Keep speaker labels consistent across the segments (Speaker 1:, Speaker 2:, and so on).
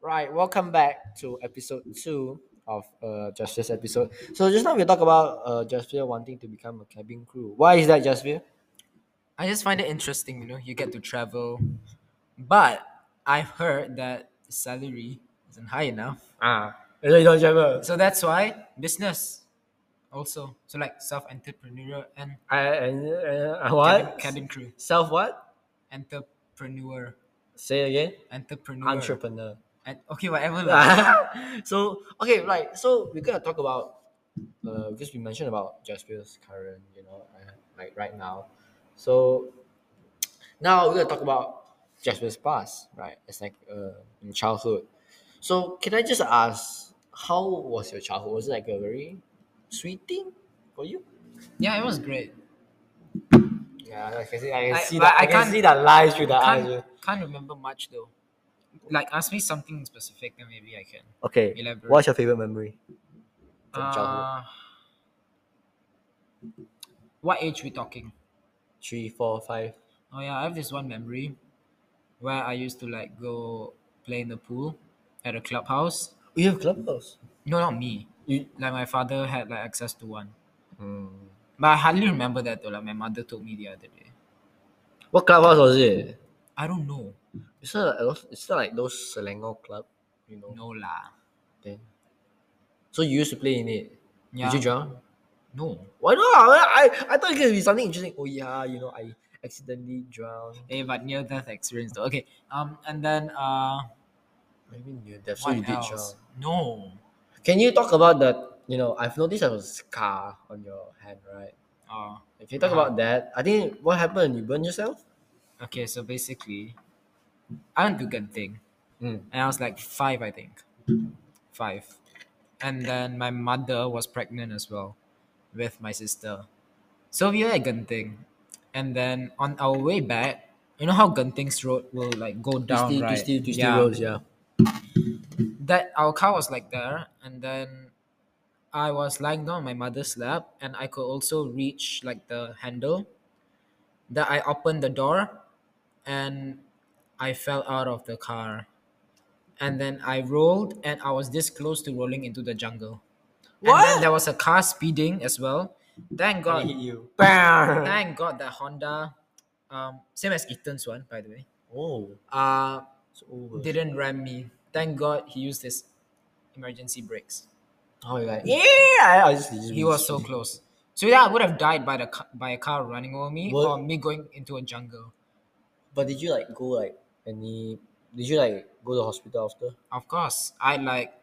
Speaker 1: Right, welcome back to episode two of uh Jasper's episode. So just now we talk about uh Jasper wanting to become a cabin crew. Why is that, Jasper?
Speaker 2: I just find it interesting, you know, you get to travel, but I've heard that the salary isn't high enough.
Speaker 1: Ah, that's why you don't travel.
Speaker 2: So that's why business also. So like self-entrepreneur and
Speaker 1: I, I, I
Speaker 2: cabin,
Speaker 1: what?
Speaker 2: cabin crew.
Speaker 1: Self what?
Speaker 2: Entrepreneur.
Speaker 1: Say again.
Speaker 2: Entrepreneur.
Speaker 1: Entrepreneur.
Speaker 2: And, okay, whatever. lah.
Speaker 1: so okay, right. So we're gonna talk about uh because we mentioned about Jasper's current, you know, uh, like right now. So now we're gonna talk about Jasper's past, right? It's like uh, in childhood. So can I just ask, how was your childhood? Was it like a very sweet thing for you?
Speaker 2: yeah, it was great.
Speaker 1: Yeah, I can see, I can
Speaker 2: I-
Speaker 1: see
Speaker 2: but
Speaker 1: that. I,
Speaker 2: I
Speaker 1: can
Speaker 2: can't-
Speaker 1: see that lies through the eyes.
Speaker 2: Can't can't remember much though. Like ask me something specific, then maybe I can
Speaker 1: Okay,
Speaker 2: elaborate.
Speaker 1: what's your favorite memory from childhood?
Speaker 2: Uh, what age we talking?
Speaker 1: Three, four, five.
Speaker 2: Oh yeah, I have this one memory where I used to like go play in the pool at a clubhouse.
Speaker 1: We have clubhouse.
Speaker 2: No, not me.
Speaker 1: You.
Speaker 2: Like my father had like access to one,
Speaker 1: Hmm.
Speaker 2: but I hardly remember that though. Like my mother told me the other day.
Speaker 1: What clubhouse was it?
Speaker 2: I don't know.
Speaker 1: It's not, like- it's not like those Selangor club, you know.
Speaker 2: No lah.
Speaker 1: Thing. So you used to play in it. Did you
Speaker 2: Yeah.
Speaker 1: drown?
Speaker 2: No.
Speaker 1: Why not? I, I, I thought it could be something interesting. Oh yeah, you know, I accidentally drowned.
Speaker 2: Eh, but near death experience though. Okay. Um, and then uh,
Speaker 1: Maybe near death. So
Speaker 2: what
Speaker 1: you did drown.
Speaker 2: else? No.
Speaker 1: Can you talk about that? You know, I've noticed a scar on your hand, right?
Speaker 2: Uh,
Speaker 1: If you talk
Speaker 2: uh-huh.
Speaker 1: about that, I think what happened? You burned yourself?
Speaker 2: Okay. So basically, I went to Genting,
Speaker 1: Mm.
Speaker 2: and I was like five, I think. five. And then my mother was pregnant as well with my sister. So we were at Genting. And then on our way back, you know how Genting's road will like go down,
Speaker 1: Twisty,
Speaker 2: right?
Speaker 1: twisty, twisty
Speaker 2: yeah.
Speaker 1: roads, yeah.
Speaker 2: That our car was like there, and then I was lying down on my mother's lap, and I could also reach like the handle. That I opened the door, and I fell out of the car, and then I rolled, and I was this close to rolling into the jungle. And then there
Speaker 1: What?
Speaker 2: was a car speeding as well. Thank
Speaker 1: And it
Speaker 2: God,
Speaker 1: hit you. Bam!
Speaker 2: thank God that Honda, um, same as Ethan's one, by the way,
Speaker 1: Oh,
Speaker 2: uh,
Speaker 1: it's over.
Speaker 2: didn't ram me. Thank God he used his emergency brakes.
Speaker 1: Oh, you're like, yeah, I I just, just
Speaker 2: He was so close. So yeah, I would have died by the ca- by a car running over me
Speaker 1: What?
Speaker 2: or me going into a jungle.
Speaker 1: But did you like go like any? Did you like go to hospital after?
Speaker 2: Of course, I had, like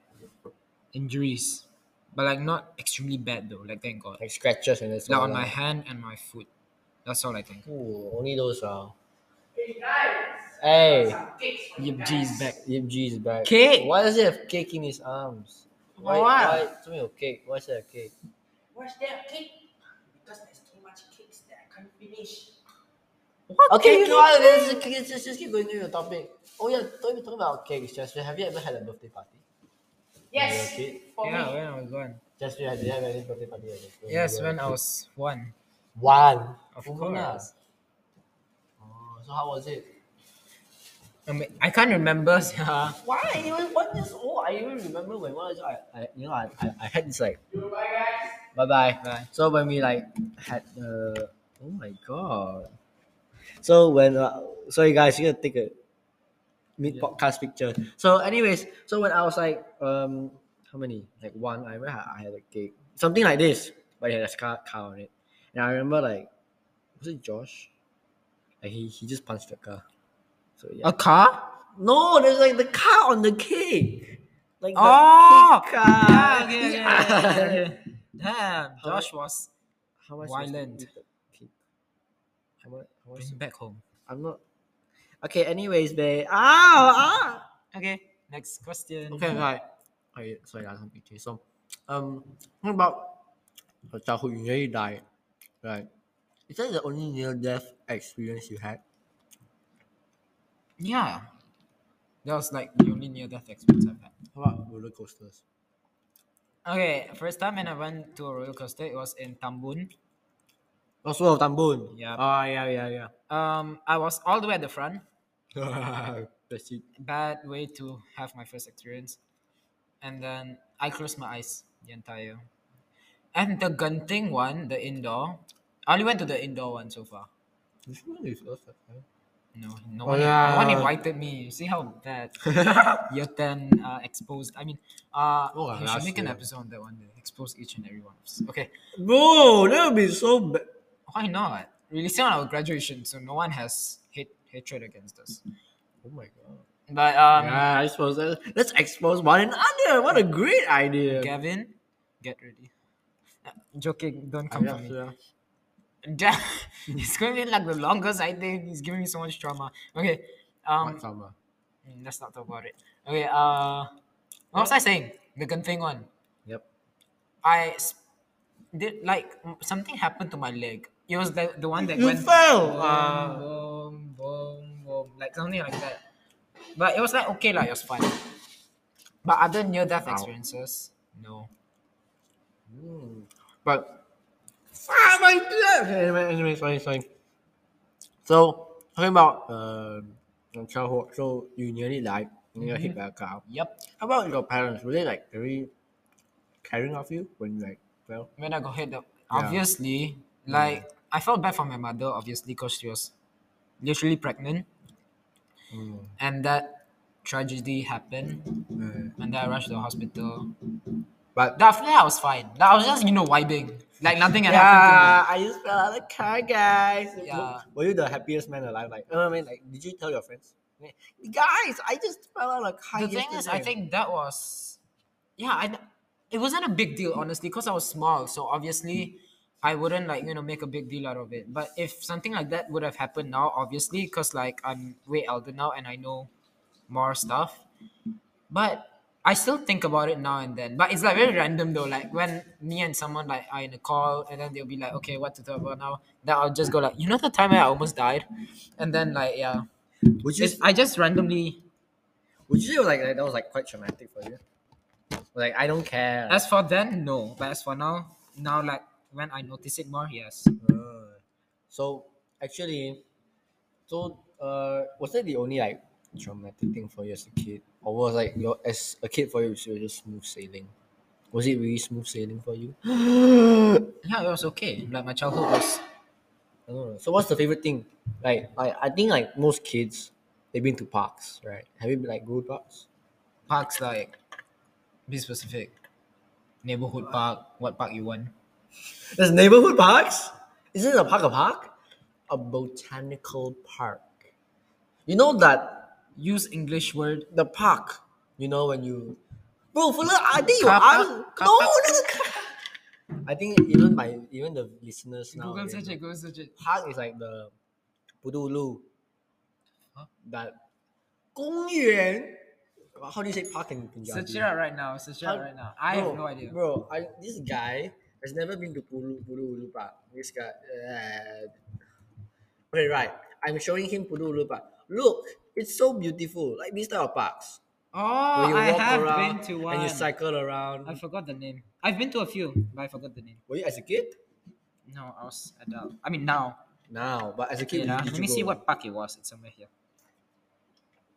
Speaker 2: injuries, but like not extremely bad though. Like thank God,
Speaker 1: Like scratches and that's
Speaker 2: like
Speaker 1: all
Speaker 2: on my
Speaker 1: lah.
Speaker 2: hand and my foot. That's all I think.
Speaker 1: Ooh, only those are. Hey,
Speaker 2: Yip G is back.
Speaker 1: Yip G is back.
Speaker 2: Cake.
Speaker 1: Why does he have cake in his arms? Why?
Speaker 2: Why?
Speaker 1: Why? Tell me your cake. Why is there a cake? Okay, you know what? Let's just, let's just, just keep going to the topic. Oh yeah, talking, talking about cakes, Jasper, have you ever had a birthday party? Yes. Okay.
Speaker 2: Yeah, when I was one.
Speaker 1: Jasper, have you had any birthday party? as a- when you
Speaker 2: Yes,
Speaker 1: were a
Speaker 2: when I
Speaker 1: kid?
Speaker 2: was one.
Speaker 1: One.
Speaker 2: Of
Speaker 1: Confirm lah.
Speaker 2: course.
Speaker 1: Oh, so how was it?
Speaker 2: I mean, I can't remember. sia.
Speaker 1: Why I even one years old? I even remember when one years old, I, I you know I, I, I had this like bye bye.
Speaker 2: Bye.
Speaker 1: So when we like had uh oh my god. So when uh, sorry guys, you gotta take a mid podcast picture. So anyways, so when I was like um how many like one, I remember I I had a cake something like this, but it had a scar car on it, and I remember like was it Josh? Like he he just punched the car. So yeah.
Speaker 2: A car?
Speaker 1: No, there's like the car on the cake. Like the
Speaker 2: Oh!
Speaker 1: cake car.
Speaker 2: Yeah, okay, okay, okay, okay. Damn,
Speaker 1: How much-
Speaker 2: Josh was
Speaker 1: How much was
Speaker 2: violent.
Speaker 1: the cake? How much, how much
Speaker 2: Bring him back home.
Speaker 1: I'm not Okay, anyways, babe. Ah, ah.
Speaker 2: Okay, next question.
Speaker 1: Okay, right. Okay, sorry, guys, I'm itchy. So um what about your childhood you nearly died, right? Is that the only near death experience you had?
Speaker 2: Yeah, that was like the only near death experience I've had.
Speaker 1: How about roller coasters?
Speaker 2: Okay, first time when I went to a roller coaster, it was in Tambun.
Speaker 1: Also Oh, of Tambun.
Speaker 2: Yup.
Speaker 1: Ah yeah, yeah,
Speaker 2: Um, I was all the way at the front.
Speaker 1: yeah. That's it.
Speaker 2: bad way to have my first experience. And then I closed my eyes the entire. And the Gunting one, the indoor, I only went to the indoor one so far.
Speaker 1: Which one is us? I think?
Speaker 2: No, no
Speaker 1: Oh,
Speaker 2: one, no one
Speaker 1: yeah.
Speaker 2: invited me. You see how bad year 10 uh, exposed. I mean, uh,
Speaker 1: Oh,
Speaker 2: you should
Speaker 1: last
Speaker 2: make an
Speaker 1: year.
Speaker 2: episode on that one day. Expose each and every one of us. Okay,
Speaker 1: Bro, that would be so bad.
Speaker 2: why not? Release it on our graduation so no one has hate, hatred against us.
Speaker 1: Oh my god.
Speaker 2: But um,
Speaker 1: yeah, I suppose that, let's expose one another. What a great idea.
Speaker 2: Gavin, get ready. Uh, joking, don't come
Speaker 1: Yeah,
Speaker 2: for me.
Speaker 1: yeah.
Speaker 2: Damn, it's going to be like the longest I think. He's giving me so much trauma. Okay, um,
Speaker 1: What summer?
Speaker 2: mm, let's not talk about it. Okay, uh, what was I saying? The gun thing one.
Speaker 1: Yep.
Speaker 2: I s- did like m- something happened to my leg. It was the, the one that
Speaker 1: You
Speaker 2: went uh,
Speaker 1: fell,
Speaker 2: boom,
Speaker 1: ah.
Speaker 2: boom, boom, boom, like something like that. But it was like okay, like it was fun. But other near death
Speaker 1: Ow.
Speaker 2: experiences, no.
Speaker 1: But ah, my God. Okay, anyway, anyway, sorry, sorry. So talking about um your childhood, so you nearly died, and you got
Speaker 2: Mm-hmm.
Speaker 1: hit by a car.
Speaker 2: Yep.
Speaker 1: How about your parents? Were they like very caring of you when you like fell?
Speaker 2: When I got hit up, obviously, like I felt bad for my mother, obviously, because she was literally pregnant,
Speaker 1: Mm.
Speaker 2: and that tragedy happened,
Speaker 1: Uh,
Speaker 2: and then I rushed to the hospital.
Speaker 1: but
Speaker 2: That I was fine. Like, I was just you know vibing, like nothing had happened to me.
Speaker 1: yeah, I just fell out of the car, guys.
Speaker 2: Yeah.
Speaker 1: Were you the happiest man alive? Like, you know what I mean? Like, did you tell your friends? Like, Guys, I just fell out of the car.
Speaker 2: the thing is, I
Speaker 1: yesterday."
Speaker 2: think that was, yeah, I, it wasn't a big deal honestly because I was small, so obviously I wouldn't like you know make a big deal out of it. But if something like that would have happened now, obviously, because like I'm way elder now and I know more stuff, but I still think about it now and then. But it's like very random though. Like when me and someone like are in a call and then they'll be like, okay, what to talk about now? That I'll just go like, you know, the time I almost died, and then like yeah,
Speaker 1: Would you
Speaker 2: It's- I just randomly
Speaker 1: Would you say like that was like quite traumatic for you? Like I don't care.
Speaker 2: As for then, no. But as for now, now like when I notice it more, yes.
Speaker 1: Uh, so actually, so uh, was that the only like traumatic thing for you as a kid, or was like your as a kid for you it was just smooth sailing? Was it really smooth sailing for you? I
Speaker 2: Yeah, it was okay. Like my childhood was.
Speaker 1: don't know. So what's the favorite thing? Like I, I think like most kids, they've been to parks, right? Have you been like go to parks?
Speaker 2: Parks like, be specific. Neighborhood park. What park you want?
Speaker 1: There's neighborhood parks. Isn't a park a park? A botanical park. You know that
Speaker 2: Use English word.
Speaker 1: the park. You know when you, bro, fella, I think you
Speaker 2: Car
Speaker 1: are.
Speaker 2: park?
Speaker 1: No,
Speaker 2: Car
Speaker 1: no,
Speaker 2: park?
Speaker 1: no. I think even my even the listeners now.
Speaker 2: Google
Speaker 1: they
Speaker 2: search it.
Speaker 1: know.
Speaker 2: Google search it.
Speaker 1: Park is like the Pudulu.
Speaker 2: Huh?
Speaker 1: That 公园. How do you say park in Punjabi?
Speaker 2: Search it out right now. Search it out right now. I
Speaker 1: bro,
Speaker 2: have no idea.
Speaker 1: Bro, I, this guy has never been to Pulu Pulu Park. This guy. Uh, okay, right. I'm showing him Pulu Park. Look, it's so beautiful. Like these type of parks.
Speaker 2: Oh,
Speaker 1: Where you
Speaker 2: I
Speaker 1: walk
Speaker 2: have
Speaker 1: around
Speaker 2: been to one.
Speaker 1: and you cycle around.
Speaker 2: I forgot the name. I've been to a few, but I forgot the name.
Speaker 1: Were you as a kid?
Speaker 2: No, I was adult. I mean now.
Speaker 1: No, but as a kid,
Speaker 2: Wait, ah,
Speaker 1: did
Speaker 2: let
Speaker 1: you
Speaker 2: me
Speaker 1: go?
Speaker 2: see what park it was. It's somewhere here.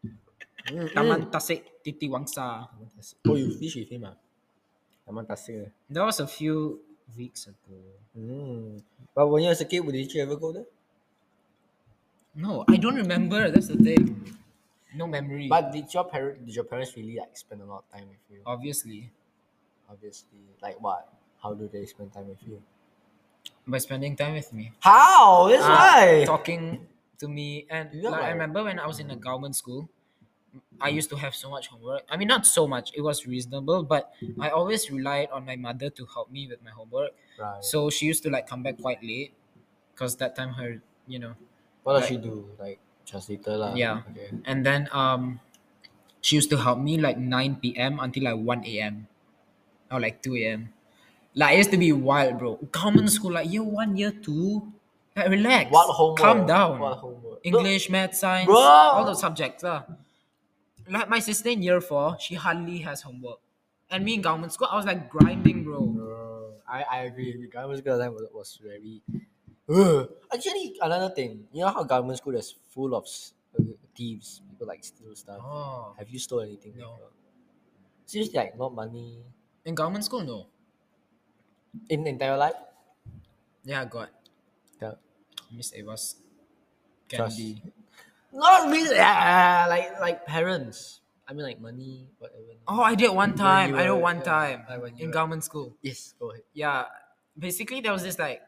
Speaker 1: Mm, mm.
Speaker 2: Taman Tasik Titi Wangsa.
Speaker 1: Taman Tasik. Oh, you fish with him, ah? Taman Tasik. eh?
Speaker 2: That was a few weeks ago.
Speaker 1: Mm. But when you was a kid, did you ever go there?
Speaker 2: No, I don't remember. That's the thing. No memory.
Speaker 1: But did your parents, did your parents really like spend a lot of time with you?
Speaker 2: obviously,
Speaker 1: Obviously, like what? How do they spend time with you?
Speaker 2: by spending time with me,
Speaker 1: How? That's
Speaker 2: Ah,
Speaker 1: why.
Speaker 2: talking to me, and
Speaker 1: Yeah.
Speaker 2: like, I remember when I was in a government school, I used to have so much homework. I mean, not so much. It was reasonable, but I always relied on my mother to help me with my homework.
Speaker 1: Right.
Speaker 2: So she used to like come back quite late, cause that time her, you know,
Speaker 1: what does
Speaker 2: like-
Speaker 1: she do? Like translator lah.
Speaker 2: Yeah.
Speaker 1: Okay.
Speaker 2: And then um, she used to help me like 9 p.m. until like 1 a.m. or like 2 a.m. Like it used to be wild, bro. Common school, like year one, year two. Like relax.
Speaker 1: What homework?
Speaker 2: Calm down.
Speaker 1: What homework?
Speaker 2: English, math, science,
Speaker 1: Bro.
Speaker 2: all those subjects. lah. Like my sister in year four, she hardly has homework. And me in government school, I was like grinding, bro.
Speaker 1: Bro, I, I agree. with you. Government school that time was, was very. Ugh. Actually, another thing, you know how government school is full of s- uh, thieves. People like steal stuff.
Speaker 2: Oh.
Speaker 1: Have you stolen anything?
Speaker 2: No.
Speaker 1: before? Seriously, like not money
Speaker 2: In government school, no.
Speaker 1: in entire life.
Speaker 2: Yeah, I got
Speaker 1: Yeah.
Speaker 2: Miss Ava's
Speaker 1: Trust.
Speaker 2: candy.
Speaker 1: Not really. ah, like like parents. I mean, like money, whatever.
Speaker 2: Oh, I did one
Speaker 1: When
Speaker 2: time.
Speaker 1: you
Speaker 2: I did
Speaker 1: were-
Speaker 2: one
Speaker 1: yeah,
Speaker 2: time
Speaker 1: like when you
Speaker 2: in
Speaker 1: were-
Speaker 2: government school.
Speaker 1: Yes, go ahead.
Speaker 2: Yeah, basically there was this like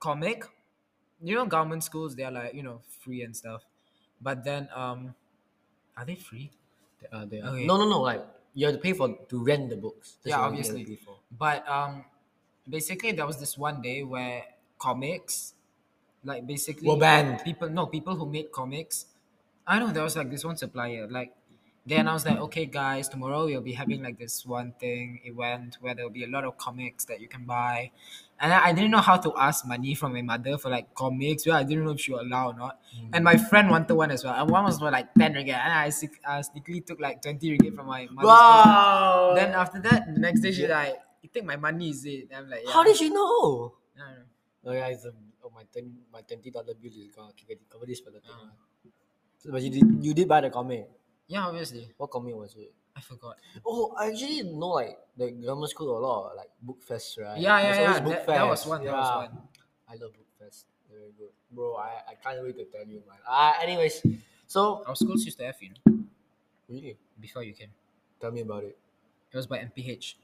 Speaker 2: comic. You know, government schools they're like you know free and stuff, but then um, are they free?
Speaker 1: Uh, they are.
Speaker 2: Okay.
Speaker 1: No, no, no. Like you have to pay for to rent the books. That's
Speaker 2: yeah,
Speaker 1: the only thing you
Speaker 2: obviously.
Speaker 1: have to pay for.
Speaker 2: But um, basically there was this one day where comics, like basically
Speaker 1: Were banned.
Speaker 2: People no people who made comics. I know there was like this one supplier like. Then I was like, okay, guys, tomorrow we'll be having like this one thing event where there'll be a lot of comics that you can buy. And I, I didn't know how to ask money from my mother for like comics. Well, I didn't know if she would allow or not.
Speaker 1: Mm.
Speaker 2: And my friend wanted one as well. And one was for like 10 ringgit. And I, sec- I sneakily took like 20 ringgit from my mother's purse.
Speaker 1: Wow.
Speaker 2: Then after that, the next day she like, you take my money, is it? And I'm like, yeah.
Speaker 1: how did you know?
Speaker 2: I don't know.
Speaker 1: Oh yeah, it's a, oh, my ten, my twenty dollar bill is gone. Okay, wait, cover this for the thing.
Speaker 2: Ah.
Speaker 1: So, but you did you did buy the comic.
Speaker 2: Yeah, obviously.
Speaker 1: What comic was it?
Speaker 2: I forgot.
Speaker 1: Oh, I actually know like the grammar school got a lot of, like book fest, right?
Speaker 2: Yeah, yeah,
Speaker 1: There's
Speaker 2: yeah.
Speaker 1: always book
Speaker 2: That, that was
Speaker 1: fest.
Speaker 2: one. That was
Speaker 1: Yeah.
Speaker 2: one.
Speaker 1: I love book fest. Very good, bro. I, I can't wait to tell you, man. Ah, anyways, so
Speaker 2: Our schools used to have, you know,
Speaker 1: really,
Speaker 2: before you came.
Speaker 1: tell me about it.
Speaker 2: It was by MPH.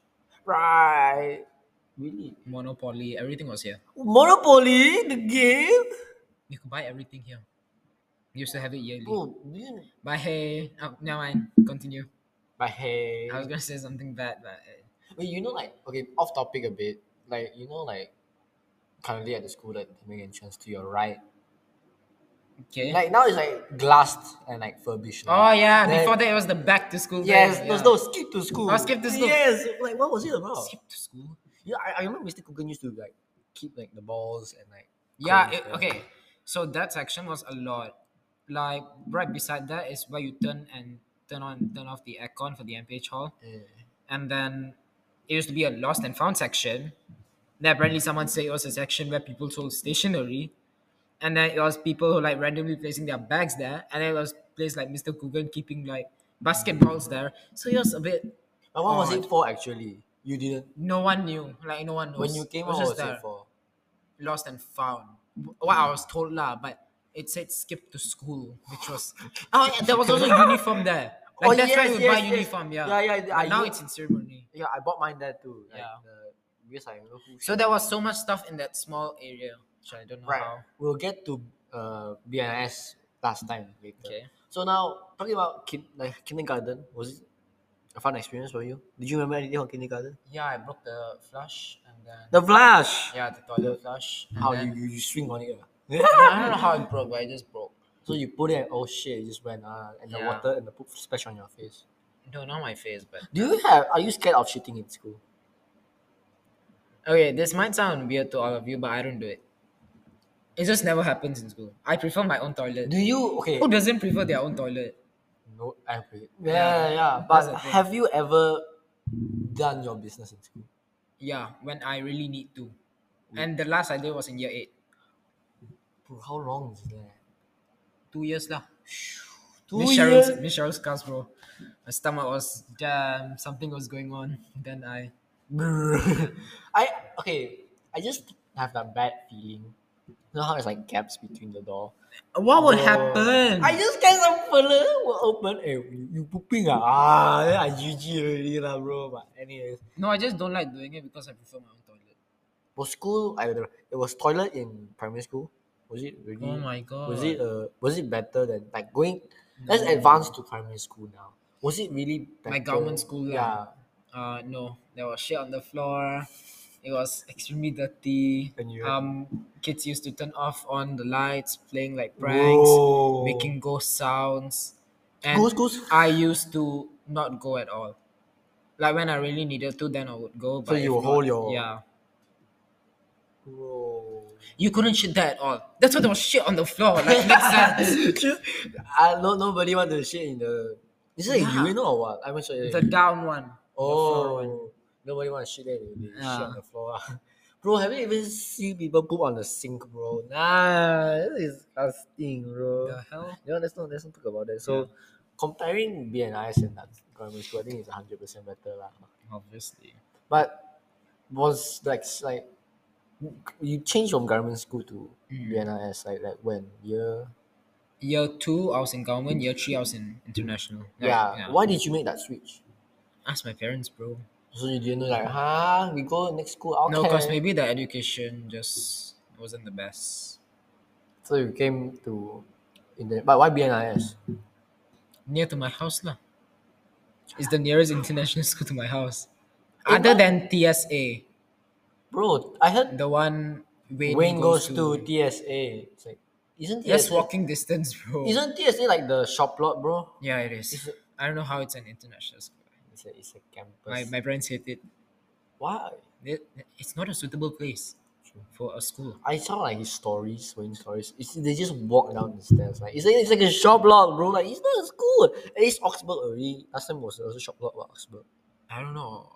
Speaker 1: Right, really.
Speaker 2: Monopoly, everything was here.
Speaker 1: Monopoly, the game.
Speaker 2: You could buy everything here. You used to have it yearly.
Speaker 1: Oh, really?
Speaker 2: But hey, oh, never mind. Continue.
Speaker 1: but hey,
Speaker 2: I was gonna say something bad, but eh,
Speaker 1: Wait, you know, like okay, off topic a bit. Like you know, like currently at the school, like the main entrance to your right.
Speaker 2: okay.
Speaker 1: Like now it's like glassed and like furbished.
Speaker 2: oh yeah,
Speaker 1: Then-
Speaker 2: before that it was the back to school.
Speaker 1: Yes,
Speaker 2: thing,
Speaker 1: no,
Speaker 2: yeah.
Speaker 1: no, skip to school.
Speaker 2: Oh, skip to school.
Speaker 1: Yes, like what was it about?
Speaker 2: Skip to school.
Speaker 1: Yeah, I, I remember Mr. Coogan used to like keep like the balls and like.
Speaker 2: Yeah,
Speaker 1: cones
Speaker 2: it,
Speaker 1: there.
Speaker 2: okay. So that section was a lot. Like right beside that is where you turn and turn on turn off the aircon for the MPH hall.
Speaker 1: Yeah.
Speaker 2: And then it used to be a lost and found section. Then apparently someone said it was a section where people sold stationery. And then it was people who like randomly placing their bags there. And then it was place like Mr. Coogan keeping like basketballs there. So it was a bit
Speaker 1: But what was
Speaker 2: Odd.
Speaker 1: it for actually? You didn't
Speaker 2: no one knew. Like no one knows.
Speaker 1: when you came
Speaker 2: It
Speaker 1: out. What
Speaker 2: just
Speaker 1: was
Speaker 2: there.
Speaker 1: it for?
Speaker 2: lost and found. What
Speaker 1: Mm.
Speaker 2: I was told lah, but it said skip to school, which was oh yeah, there was also uniform there. Like
Speaker 1: Oh,
Speaker 2: that's why
Speaker 1: yes,
Speaker 2: you buy
Speaker 1: yes, yes.
Speaker 2: uniform, yeah.
Speaker 1: Yeah, yeah,
Speaker 2: But
Speaker 1: I
Speaker 2: now
Speaker 1: u-
Speaker 2: it's in ceremony.
Speaker 1: Yeah, I bought mine there too. Like,
Speaker 2: Yeah.
Speaker 1: The, because I remember who.
Speaker 2: So
Speaker 1: she
Speaker 2: there was so much stuff in that small area, which I don't know
Speaker 1: Right.
Speaker 2: how.
Speaker 1: We'll get to uh, BNS last time later.
Speaker 2: Okay.
Speaker 1: So now talking about kin- like kindergarten, was it a fun experience for you? Did you remember anything from kindergarten?
Speaker 2: Yeah, I broke the flush and then
Speaker 1: The flash.
Speaker 2: yeah the toilet flush. and
Speaker 1: How
Speaker 2: then-
Speaker 1: you, you you swing on it? ah?
Speaker 2: I don't know how it broke, but it just broke.
Speaker 1: so you put it and oh shit, it just went ah, and the
Speaker 2: Yeah.
Speaker 1: water and the poop splash on your face.
Speaker 2: No, not my face, but
Speaker 1: Do you have? Are you scared of shitting in school?
Speaker 2: okay. This might sound weird to all of you, but I don't do it. It just never happens in school. I prefer my own toilet.
Speaker 1: Do you? Okay.
Speaker 2: Who doesn't prefer their own toilet?
Speaker 1: No, I agree. Oh. Yeah, yeah, yeah.
Speaker 2: That's
Speaker 1: But
Speaker 2: the thing.
Speaker 1: have you ever done your business in school?
Speaker 2: Yeah, when I really need to. And the last I did was in year eight.
Speaker 1: Bro, how long is that?
Speaker 2: Two years lah.
Speaker 1: Two
Speaker 2: Miss Cheryl's,
Speaker 1: years?
Speaker 2: Miss Cheryl's cast, bro. My stomach was damn. Something was going on. Then I.
Speaker 1: Brr. I okay. I just have that bad feeling. You know how there's like gaps between the door.
Speaker 2: What would
Speaker 1: Bro.
Speaker 2: happen?
Speaker 1: I just get some fella will open. Hey, you, you pooping ah? Ah, then I GG already lah, bro. But anyways,
Speaker 2: no, I just don't like doing it because I prefer my own toilet.
Speaker 1: was school? I don't know. It was toilet in primary school. Was it really?
Speaker 2: Oh my god.
Speaker 1: Was it uh? Was it better than like going? Let's
Speaker 2: No.
Speaker 1: advance to primary school now. Was it really better?
Speaker 2: My government school
Speaker 1: Yeah.
Speaker 2: lah. Uh, no, there was shit on the floor. It was extremely dirty.
Speaker 1: And you-
Speaker 2: um, kids used to turn off on the lights, playing like pranks,
Speaker 1: Whoa.
Speaker 2: making ghost sounds. And
Speaker 1: Ghost, ghost.
Speaker 2: I used to not go at all. Like when I really needed to, then I would go. But
Speaker 1: you
Speaker 2: if
Speaker 1: will
Speaker 2: not-
Speaker 1: hold your-
Speaker 2: yeah.
Speaker 1: Bro.
Speaker 2: You couldn't shit there at all. That's why there was shit on the floor. Like makes sense.
Speaker 1: I no nobody want to shit in the. Is it
Speaker 2: Yeah.
Speaker 1: a urinal or what? I'm not sure.
Speaker 2: The down one. the floor one.
Speaker 1: oh, nobody want to shit there. They they shit
Speaker 2: Yeah.
Speaker 1: on the floor. Bro, have you even seen people poop on the sink, bro? Nah, this is disgusting, bro.
Speaker 2: The hell?
Speaker 1: You know, let's not let's not talk about that. So, comparing BNIS and that grammar school, I think it's hundred percent better lah.
Speaker 2: Obviously.
Speaker 1: But was like s- like you changed from government school to
Speaker 2: Mm.
Speaker 1: BNIS like like when year
Speaker 2: Year two, I was in government. Year three, I was in international. Like,
Speaker 1: yeah.
Speaker 2: yeah.
Speaker 1: Why did you make that switch?
Speaker 2: Ask my parents, bro.
Speaker 1: So you didn't know like huh? We go next school. Okay.
Speaker 2: No, because maybe the education just wasn't the best.
Speaker 1: So you came to, in the but why BNIS?
Speaker 2: Near to my house, lah. It's the nearest international school to my house. Other than TSA,
Speaker 1: Bro, I heard
Speaker 2: the one Wayne,
Speaker 1: Wayne
Speaker 2: goes, to.
Speaker 1: TSA. It's like isn't TSA,
Speaker 2: Yes, walking distance, bro.
Speaker 1: isn't TSA like the shop lot, bro?
Speaker 2: yeah, it is. I don't know how it's an international school.
Speaker 1: It's a it's a campus.
Speaker 2: My, my parents hate it.
Speaker 1: why?
Speaker 2: It- It's not a suitable place for a school.
Speaker 1: I saw like his stories, Wayne stories. It's, they just walk down the stairs. Like it's like, it's like a shop lot, bro. Like it's not a school. At least Oxford already. Last time was also shop lot, but Oxford.
Speaker 2: I don't know.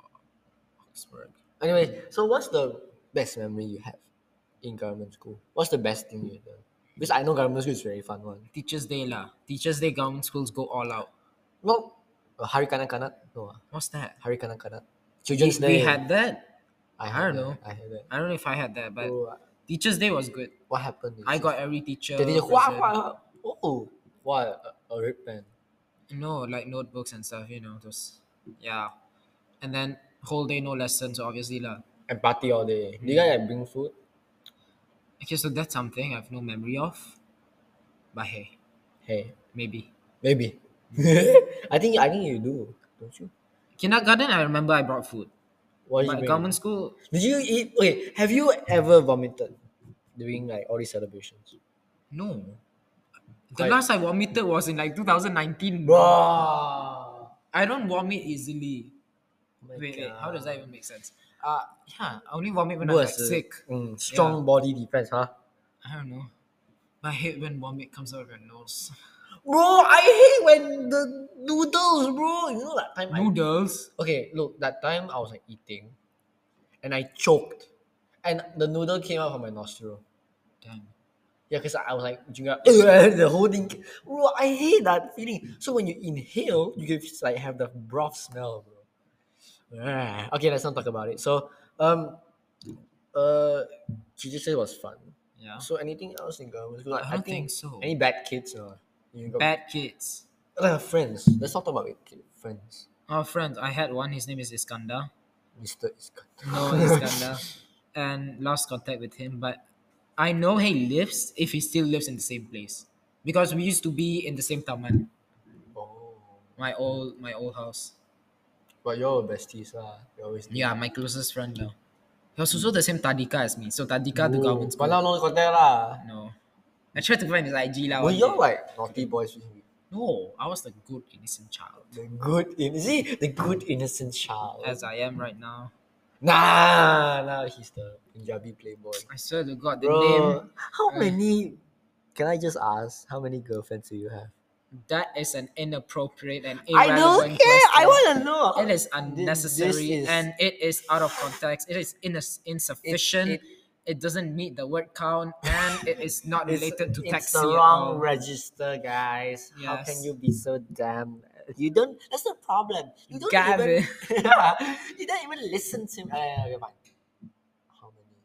Speaker 2: Oxford.
Speaker 1: Anyway, so what's the best memory you have in government school? What's the best thing you've done? Because I know government school is very fun one.
Speaker 2: Teachers Day lah. Teachers Day government schools go all out.
Speaker 1: No, uh, Hari Kanak Kanak. No, ah,
Speaker 2: What's that?
Speaker 1: Hari Kanak Kanak. Children's Day.
Speaker 2: We had that.
Speaker 1: I,
Speaker 2: I
Speaker 1: had
Speaker 2: don't
Speaker 1: that,
Speaker 2: know.
Speaker 1: I had that.
Speaker 2: I don't know if I had that, but
Speaker 1: So, uh,
Speaker 2: Teachers Day was good.
Speaker 1: what happened? Is
Speaker 2: I got every teacher.
Speaker 1: They did
Speaker 2: present.
Speaker 1: wow, oh, what a, a red pen.
Speaker 2: No, like notebooks and stuff, you know, those. Yeah. And then whole day no lessons, obviously lah.
Speaker 1: And party all day. Do
Speaker 2: Hmm.
Speaker 1: you guys like bring food?
Speaker 2: Okay, so that's something I have no memory of. But hey,
Speaker 1: Hey,
Speaker 2: maybe.
Speaker 1: maybe. I think I think you do, don't you?
Speaker 2: Kindergarten, I remember I brought food.
Speaker 1: What did you
Speaker 2: But
Speaker 1: bring?
Speaker 2: government school,
Speaker 1: Did you eat? Okay, have you ever vomited during like all these celebrations?
Speaker 2: no. The
Speaker 1: Quite-
Speaker 2: last I vomited was in like 2019.
Speaker 1: Bro.
Speaker 2: I don't vomit easily.
Speaker 1: Oh my
Speaker 2: Wait, wait, how does that even make sense?
Speaker 1: Uh,
Speaker 2: Yeah, I only vomit when
Speaker 1: who
Speaker 2: I'm like
Speaker 1: has a-
Speaker 2: sick.
Speaker 1: Mm, strong body defense, huh?
Speaker 2: I don't know. I hate when vomit comes out of your nose.
Speaker 1: Bro, I hate when the noodles, bro. You know that time I
Speaker 2: Noodles?
Speaker 1: Okay, look, that time I was like eating and I choked and the noodle came out from my nostril.
Speaker 2: Damn.
Speaker 1: Yeah, because I was like, drinking up, the whole thing. Bro, I hate that feeling. So when you inhale, you can just like have the broth smell, bro. Ah, Okay, let's not talk about it. So, um, uh, teacher said it was fun.
Speaker 2: Yeah.
Speaker 1: So anything else in government school? Like,
Speaker 2: I don't think so.
Speaker 1: Any bad kids or you got
Speaker 2: Bad kids.
Speaker 1: Uh, friends? Let's not talk about it. kid- Friends,
Speaker 2: Our friend, I had one, his name is Iskandar.
Speaker 1: Mister Iskandar.
Speaker 2: No, Iskandar. and lost contact with him, but I know he lives if he still lives in the same place. Because we used to be in the same taman.
Speaker 1: Oh,
Speaker 2: My old my old house.
Speaker 1: but you're besties, lah. You always
Speaker 2: Yeah, my closest friend now. He was also the same Tadika as me. So Tadika to
Speaker 1: Oh,
Speaker 2: government
Speaker 1: but
Speaker 2: school.
Speaker 1: now no contact lah.
Speaker 2: No. I tried to find his IG lah.
Speaker 1: Were
Speaker 2: one
Speaker 1: you
Speaker 2: day.
Speaker 1: like naughty boys with him?
Speaker 2: No, I was the good innocent child.
Speaker 1: The good, in- see, the good innocent child.
Speaker 2: As I am right now.
Speaker 1: Nah, nah, he's the Punjabi playboy.
Speaker 2: I swear to god the
Speaker 1: Bro,
Speaker 2: name Hmm.
Speaker 1: how many? Can I just ask how many girlfriends do you have?
Speaker 2: that is an inappropriate and
Speaker 1: I don't
Speaker 2: irrelevant
Speaker 1: care. I
Speaker 2: question.
Speaker 1: want to know.
Speaker 2: It is
Speaker 1: Thi-
Speaker 2: unnecessary
Speaker 1: this is-
Speaker 2: and it is out of context. It is ines- insufficient. It,
Speaker 1: it-
Speaker 2: doesn't meet the word count and it is not
Speaker 1: it's,
Speaker 2: related to
Speaker 1: it's
Speaker 2: taxi
Speaker 1: the
Speaker 2: at
Speaker 1: wrong
Speaker 2: all.
Speaker 1: register, guys. How
Speaker 2: Yes.
Speaker 1: can you be so damn? You don't. That's the problem. You don't
Speaker 2: Gavin.
Speaker 1: even. yeah, you don't even listen to. Uh, okay, fine. How many?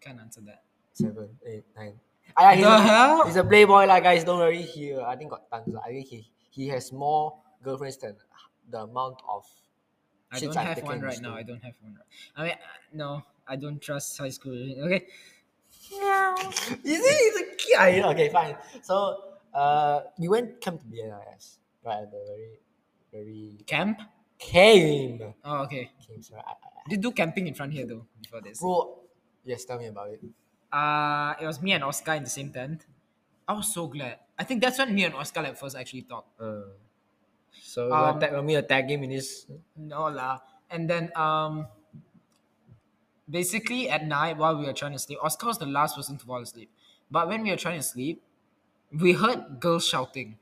Speaker 2: Can't answer that.
Speaker 1: seven, eight, nine. Ah, yeah, he's,
Speaker 2: The
Speaker 1: a,
Speaker 2: hell?
Speaker 1: he's a playboy, like guys. Don't worry. He, uh, I think, got tons. lah. I think he he has more girlfriends than the amount of.
Speaker 2: I
Speaker 1: shits
Speaker 2: don't
Speaker 1: I've
Speaker 2: have
Speaker 1: taken
Speaker 2: one
Speaker 1: in
Speaker 2: right now.
Speaker 1: school.
Speaker 2: I don't have one right. I mean, uh, no, I don't trust high school. Okay,
Speaker 1: You see, he's a kid. Ah, yeah, okay, fine. So, uh, you went come to BNIS, right? At the very, very
Speaker 2: camp.
Speaker 1: came.
Speaker 2: Oh, okay.
Speaker 1: Came, sorry. I, I,
Speaker 2: Did do camping in front here though before this.
Speaker 1: bro, yes, tell me about it.
Speaker 2: Uh, it was me and Oscar in the same tent. I was so glad. I think that's when me and Oscar like first actually talked.
Speaker 1: Uh, so, you
Speaker 2: Um,
Speaker 1: want tag, want me to tag him in this?
Speaker 2: No lah. And then um basically at night while we were trying to sleep, Oscar was the last person to fall asleep. But when we were trying to sleep, we heard girls shouting.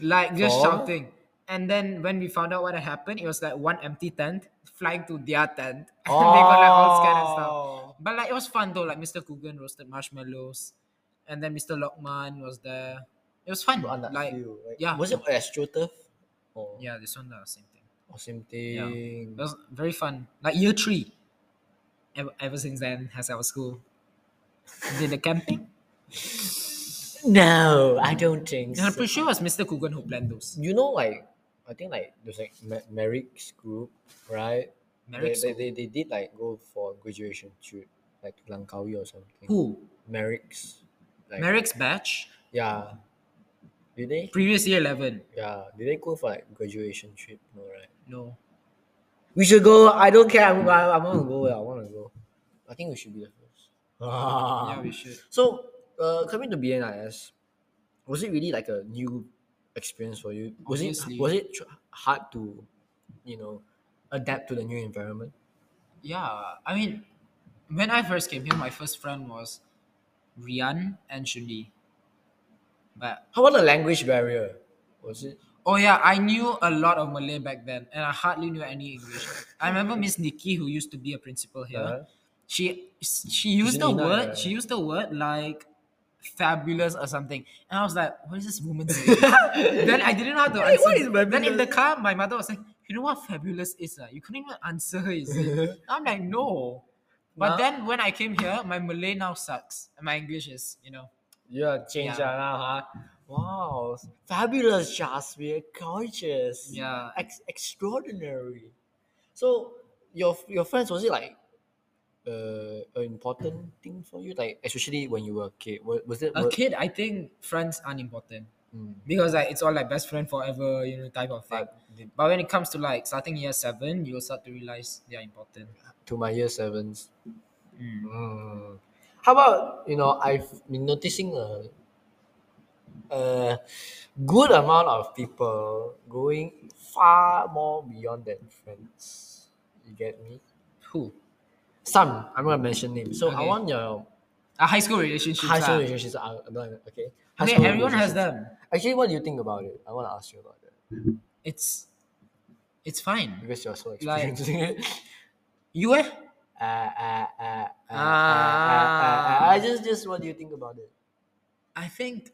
Speaker 2: Like just
Speaker 1: Oh?
Speaker 2: shouting. And then when we found out what had happened, it was like one empty tent flying to their tent. they got like all scared and stuff. But like it was fun though. Like Mr. Coogan roasted marshmallows, and then Mr. Lockman was there. It was fun.
Speaker 1: On that
Speaker 2: like
Speaker 1: field, right?
Speaker 2: yeah.
Speaker 1: Was it AstroTurf? Or,
Speaker 2: yeah, this one the same thing.
Speaker 1: or same
Speaker 2: Yeah.
Speaker 1: thing.
Speaker 2: It was very fun. Like year three, ever, ever since then has our school did the camping.
Speaker 1: No, I don't think.
Speaker 2: And I'm
Speaker 1: so.
Speaker 2: pretty sure it was Mr. Coogan who planned those.
Speaker 1: You know, like I think like there's like Ma- Merrick's group, right?
Speaker 2: Merrick's
Speaker 1: they, they, they, they did like go for graduation shoot, like Langkawi or something.
Speaker 2: Who?
Speaker 1: Merrick's. Like,
Speaker 2: Merrick's batch,
Speaker 1: Yeah. Did they?
Speaker 2: previous year eleven.
Speaker 1: Yeah. Did they go for like graduation trip? No, right?
Speaker 2: No.
Speaker 1: We should go. I don't care. I'm, I, I want to go. I want to go. I think we should be the first.
Speaker 2: yeah, we should.
Speaker 1: So, uh, coming to BNIS, was it really like a new experience for you? Was
Speaker 2: Obviously.
Speaker 1: it was it tr- hard to, you know, adapt to the new environment?
Speaker 2: Yeah, I mean, when I first came here, my first friend was Rian and Shuni. But
Speaker 1: How about the language barrier? Was it?
Speaker 2: oh yeah, I knew a lot of Malay back then, and I hardly knew any English. I remember Miss Nikki, who used to be a principal here.
Speaker 1: Uh-huh.
Speaker 2: She she used
Speaker 1: Isn't
Speaker 2: a
Speaker 1: it not,
Speaker 2: word.
Speaker 1: uh,
Speaker 2: She used a word like fabulous or something, and I was like, what is this woman saying? then I didn't know how to
Speaker 1: Hey,
Speaker 2: answer.
Speaker 1: what is
Speaker 2: then in
Speaker 1: fabulous?
Speaker 2: the car, my mother was like, you know what fabulous is? Uh? You couldn't even answer her, is it? I'm like, no. But
Speaker 1: Nah.
Speaker 2: then when I came here, my Malay now sucks. And my English is, you know.
Speaker 1: Yeah, change
Speaker 2: Yeah.
Speaker 1: that now, huh? Wow, fabulous, Jasmine. Gorgeous.
Speaker 2: Yeah.
Speaker 1: Ex- extraordinary. So, your your friends was it like, uh, an important thing for you? Like, especially when you were a kid, was, was it?
Speaker 2: A
Speaker 1: were-
Speaker 2: kid, I think friends aren't important.
Speaker 1: Mm.
Speaker 2: Because like it's all like best friend forever, you know, type of thing.
Speaker 1: But did-
Speaker 2: But when it comes to like starting year seven, you'll start to realize they are important.
Speaker 1: to my year sevens.
Speaker 2: Hmm.
Speaker 1: Mm. How about you know I've been noticing a, a good amount of people going far more beyond than friends. You get me?
Speaker 2: Who?
Speaker 1: Some I'm gonna mention names. So I
Speaker 2: Okay.
Speaker 1: want your
Speaker 2: A high school relationship.
Speaker 1: high school relationships. I, I don't okay. High
Speaker 2: Okay,
Speaker 1: school
Speaker 2: everyone has
Speaker 1: relationships.
Speaker 2: them.
Speaker 1: Actually, what do you think about it? I want to ask you about that
Speaker 2: It's it's fine.
Speaker 1: because you're so
Speaker 2: Like-
Speaker 1: experiencing it.
Speaker 2: You eh?
Speaker 1: Uh, uh, uh, uh, uh, uh, uh,
Speaker 2: Ah.
Speaker 1: I just, just what do you think about it?
Speaker 2: I think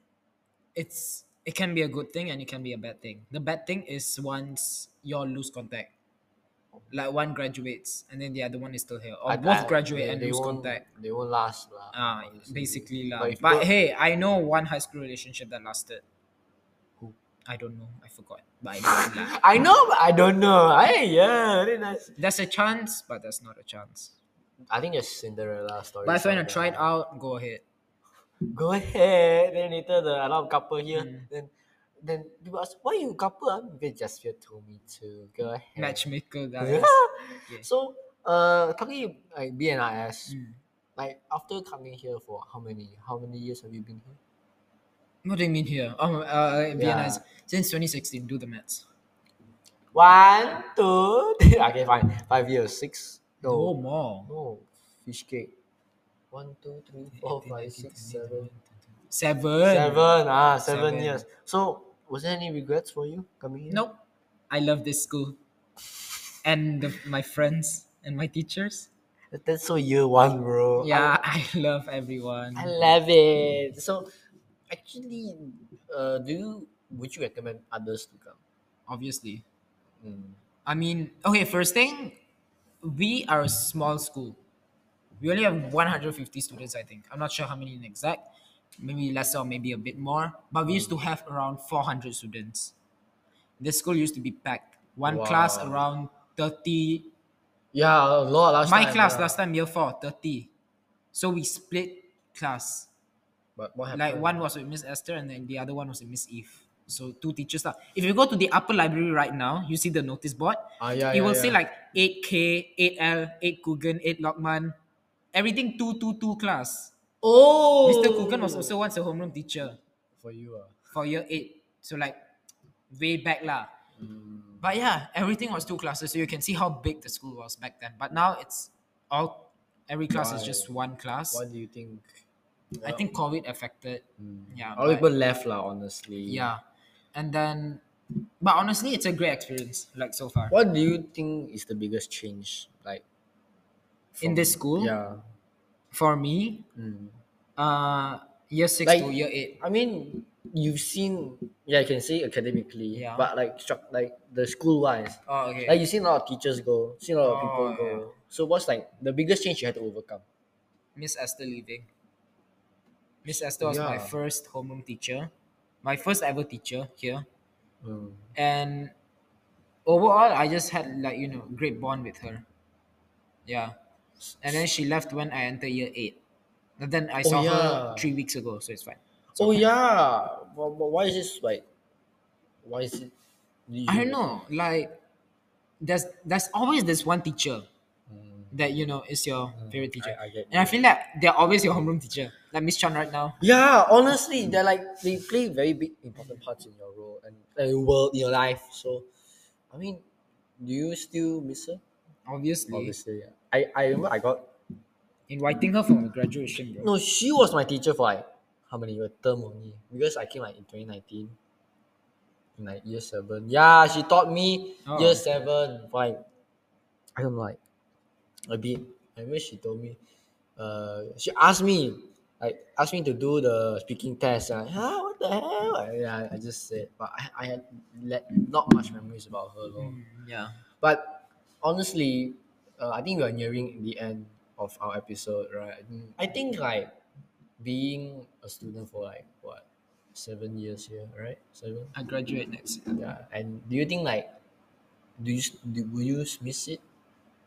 Speaker 2: it's it can be a good thing and it can be a bad thing. The bad thing is once you all lose contact. Like one graduates and then the other one is still here. Or
Speaker 1: I-
Speaker 2: both
Speaker 1: I-
Speaker 2: graduate
Speaker 1: they-
Speaker 2: and
Speaker 1: they
Speaker 2: lose
Speaker 1: won't-
Speaker 2: contact.
Speaker 1: They won't last, lah.
Speaker 2: Uh,
Speaker 1: honestly.
Speaker 2: basically lah.
Speaker 1: But if
Speaker 2: But,
Speaker 1: you got-
Speaker 2: hey, I know one high school relationship that lasted.
Speaker 1: Who?
Speaker 2: I don't know. I forgot. But I know lah.
Speaker 1: I know, but I don't know. Hey, yeah, very nice.
Speaker 2: That's a chance, but that's not a chance.
Speaker 1: I think it's Cinderella story.
Speaker 2: But if you wanna try it out, go ahead.
Speaker 1: Go ahead. Then later the a lot of couple here.
Speaker 2: Hmm.
Speaker 1: Then, then people ask, why you couple? I'm just here told me to go ahead.
Speaker 2: Matchmaker guys.
Speaker 1: Yeah.
Speaker 2: Yeah.
Speaker 1: So, uh, talking like BNIS,
Speaker 2: Mm.
Speaker 1: like after coming here for how many how many years have you been here?
Speaker 2: What do you mean here? Oh, uh, Vienna is
Speaker 1: Yeah.
Speaker 2: since 2016. Do the maths.
Speaker 1: One, two, three. okay, fine. Five years, six. No,
Speaker 2: No more.
Speaker 1: No, fish cake. One, two, three, four, five, six, seven.
Speaker 2: Seven.
Speaker 1: Seven, ah, seven,
Speaker 2: Seven.
Speaker 1: years. So, was there any regrets for you coming here?
Speaker 2: Nope. I love this school, and the, my friends and my teachers.
Speaker 1: That- That's so year one, bro.
Speaker 2: Yeah, I, love everyone.
Speaker 1: I, I love it. So, actually, uh, do you, would you recommend others to come?
Speaker 2: Obviously,
Speaker 1: Mm.
Speaker 2: I mean, okay. First thing, we are a small school. We only have 150 students, I think. I'm not sure how many in exact. Maybe lesser or maybe a bit more. But we used
Speaker 1: Hmm.
Speaker 2: to have around 400 students. This school used to be packed. One class
Speaker 1: Wow.
Speaker 2: around 30.
Speaker 1: Yeah, a lot last
Speaker 2: My
Speaker 1: time,
Speaker 2: class
Speaker 1: yeah.
Speaker 2: last time, year 4, 30. So we split class.
Speaker 1: But what happened?
Speaker 2: Like one was with Miss Esther and then the other one was with Miss Eve. So two teachers. lah. If you go to the upper library right now, you see the notice board.
Speaker 1: Ah, yeah, yeah,
Speaker 2: it will say
Speaker 1: yeah.
Speaker 2: like 8K, 8L, 8 Coogan, 8 Lockman. Everything 222 class.
Speaker 1: Oh!
Speaker 2: Mr. Coogan was also once a homeroom teacher
Speaker 1: For you, ah.
Speaker 2: for year eight. So like way back lah.
Speaker 1: Hmm.
Speaker 2: But yeah, everything was two classes, so you can see how big the school was back then. But now it's all every class is
Speaker 1: Why?
Speaker 2: just one class.
Speaker 1: What do you think?
Speaker 2: I
Speaker 1: Hmm.
Speaker 2: think COVID affected. Yeah.
Speaker 1: A lot of
Speaker 2: but-
Speaker 1: people left, lah, honestly.
Speaker 2: yeah. And then But honestly, it's a great experience, like so far.
Speaker 1: What do you think is the biggest change, like
Speaker 2: In this school,
Speaker 1: Yeah, Mm.
Speaker 2: for me, uh, year six
Speaker 1: Like-
Speaker 2: to year eight.
Speaker 1: I mean, you've seen. Yeah, I can say academically.
Speaker 2: Yeah.
Speaker 1: But like, struc- like the school wise,
Speaker 2: Oh, okay.
Speaker 1: like you seen a lot of teachers go, seen a lot of people
Speaker 2: Oh,
Speaker 1: go.
Speaker 2: yeah.
Speaker 1: So what's like the biggest change you had to overcome?
Speaker 2: Miss Esther leaving. Miss Esther was my
Speaker 1: Yeah.
Speaker 2: first homeroom teacher, my first ever teacher here,
Speaker 1: Mm.
Speaker 2: and overall, I just had like you know great bond with her. Yeah, and then she left when I entered year eight. And then I
Speaker 1: Oh,
Speaker 2: saw her
Speaker 1: yeah.
Speaker 2: three weeks ago, so it's fine.
Speaker 1: oh yeah, but, but why is this like? Why is it?
Speaker 2: I don't know. Like, there's there's always this one teacher that you know is your favorite teacher,
Speaker 1: I get
Speaker 2: and Mm. I feel like they're always your homeroom teacher. Like Miss Chan right now.
Speaker 1: Yeah, honestly, they're like they play very big important parts in your role and uh, your world, in your life. So, I mean, do you still miss her?
Speaker 2: Obviously,
Speaker 1: Obviously, yeah. I I remember I got
Speaker 2: inviting her for my graduation, bro.
Speaker 1: no. She was my teacher for like how many year term only because I came like in twenty nineteen. In like year seven, yeah, she taught me
Speaker 2: Oh.
Speaker 1: year seven. for, Like, I'm like a bit. I wish she told me. Uh, she asked me like asked me to do the speaking test. And I, huh, what the hell? I, yeah, I just said, but I, I had le- not much memories about her. Though.
Speaker 2: Yeah.
Speaker 1: But honestly, uh, I think we are nearing the end of our episode, right? Mm, I think like being a student for like what seven years here, right? Seven.
Speaker 2: I graduate next year.
Speaker 1: Yeah. And do you think like do you s- do, will you s- miss it?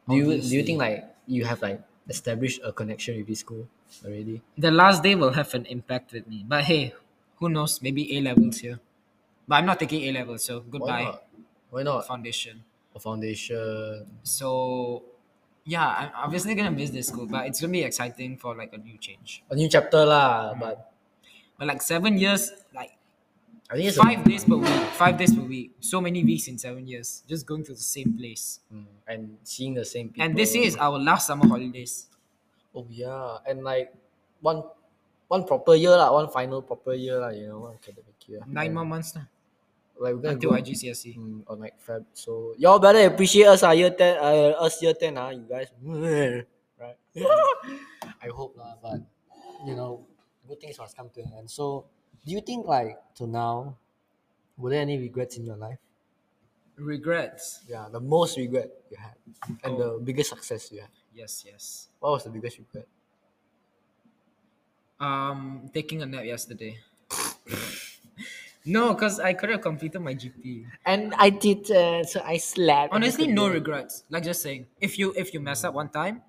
Speaker 1: Do you do you
Speaker 2: Obviously.
Speaker 1: think like you have like established a connection with this school already?
Speaker 2: The last day will have an impact with me. But hey, who knows? Maybe A levels here. But I'm not taking A levels, so
Speaker 1: Why
Speaker 2: goodbye
Speaker 1: not? Why not?
Speaker 2: foundation.
Speaker 1: A foundation.
Speaker 2: So yeah, I'm obviously gonna miss this school, but it's gonna be exciting for like a new change.
Speaker 1: A new chapter
Speaker 2: Mm.
Speaker 1: lah, but
Speaker 2: But like seven years, like
Speaker 1: I think it's a-
Speaker 2: five days per week, five days per week, so many weeks in seven years, just going to the same place.
Speaker 1: Mm, and seeing the same people.
Speaker 2: And this year is our last summer holidays.
Speaker 1: Oh yeah, and like one one proper year lah, one final proper year lah, you know, one academic year.
Speaker 2: Nine
Speaker 1: And,
Speaker 2: more months now
Speaker 1: Like we're gonna go
Speaker 2: until IGCSE.
Speaker 1: mm, on like Feb. So y'all better appreciate us ah year ten uh us year ten ah you guys. right. I hope lah, but you know, good things must come to an end. So do you think like to now, were there any regrets in your life?
Speaker 2: Regrets.
Speaker 1: Yeah, the most regret you had and the biggest success you had.
Speaker 2: Yes, yes.
Speaker 1: What was the biggest regret?
Speaker 2: Um, taking a nap yesterday. no, because I could have completed my GP.
Speaker 1: And I did, uh, so I slept.
Speaker 2: Honestly, no regrets. Like just saying, if you if you mess up one time,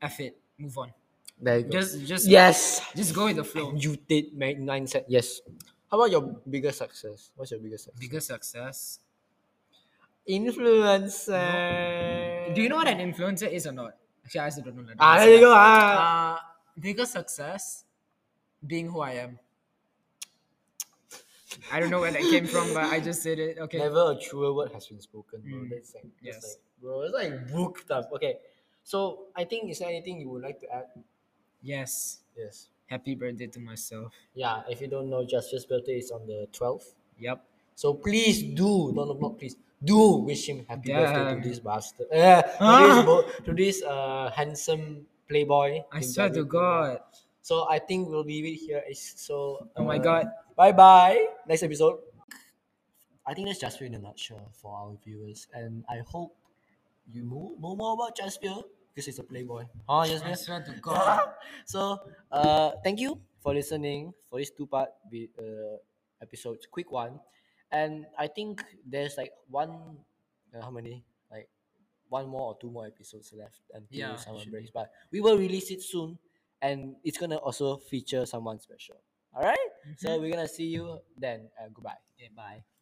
Speaker 2: f it, move on.
Speaker 1: There you go.
Speaker 2: Just just
Speaker 1: yes.
Speaker 2: just go with the flow.
Speaker 1: You did make nine set. Yes. How about your biggest success? What's your biggest success?
Speaker 2: Biggest success.
Speaker 1: Influencer.
Speaker 2: Do you know what an influencer is or not? Actually, I also don't know. that.
Speaker 1: Ah, there you go. Ah.
Speaker 2: Uh, biggest success, being who I am. I don't know where that came from, but I just said it. Okay.
Speaker 1: Never a truer word has been spoken, bro.
Speaker 2: Mm.
Speaker 1: That's like, that's
Speaker 2: Yes.
Speaker 1: like, bro, it's like book stuff. Okay. So I think is there anything you would like to add?
Speaker 2: Yes.
Speaker 1: Yes.
Speaker 2: Happy birthday to myself.
Speaker 1: Yeah. If you don't know, Jasper's birthday is on the twelfth.
Speaker 2: Yep.
Speaker 1: So please do, no, no, not please, do wish him happy birthday
Speaker 2: Damn.
Speaker 1: to this bastard, eh,
Speaker 2: Ah.
Speaker 1: to, this, bo- to this uh, handsome playboy.
Speaker 2: I swear to God.
Speaker 1: So I think we'll leave it here. It's so.
Speaker 2: Oh my
Speaker 1: uh,
Speaker 2: God.
Speaker 1: Bye bye. Next episode. I think that's Jasper in a nutshell for our viewers, and I hope you know, know more about Jasper because he's a playboy. Huh, Jasper?
Speaker 2: I swear to God.
Speaker 1: so uh thank you for listening for this two part uh, episode quick one and i think there's like one uh, how many like one more or two more episodes left until
Speaker 2: Yeah,
Speaker 1: summer
Speaker 2: should
Speaker 1: breaks but we will release it soon and it's gonna also feature someone special all right? so we're gonna see you then and goodbye
Speaker 2: Okay, Mm-hmm. bye.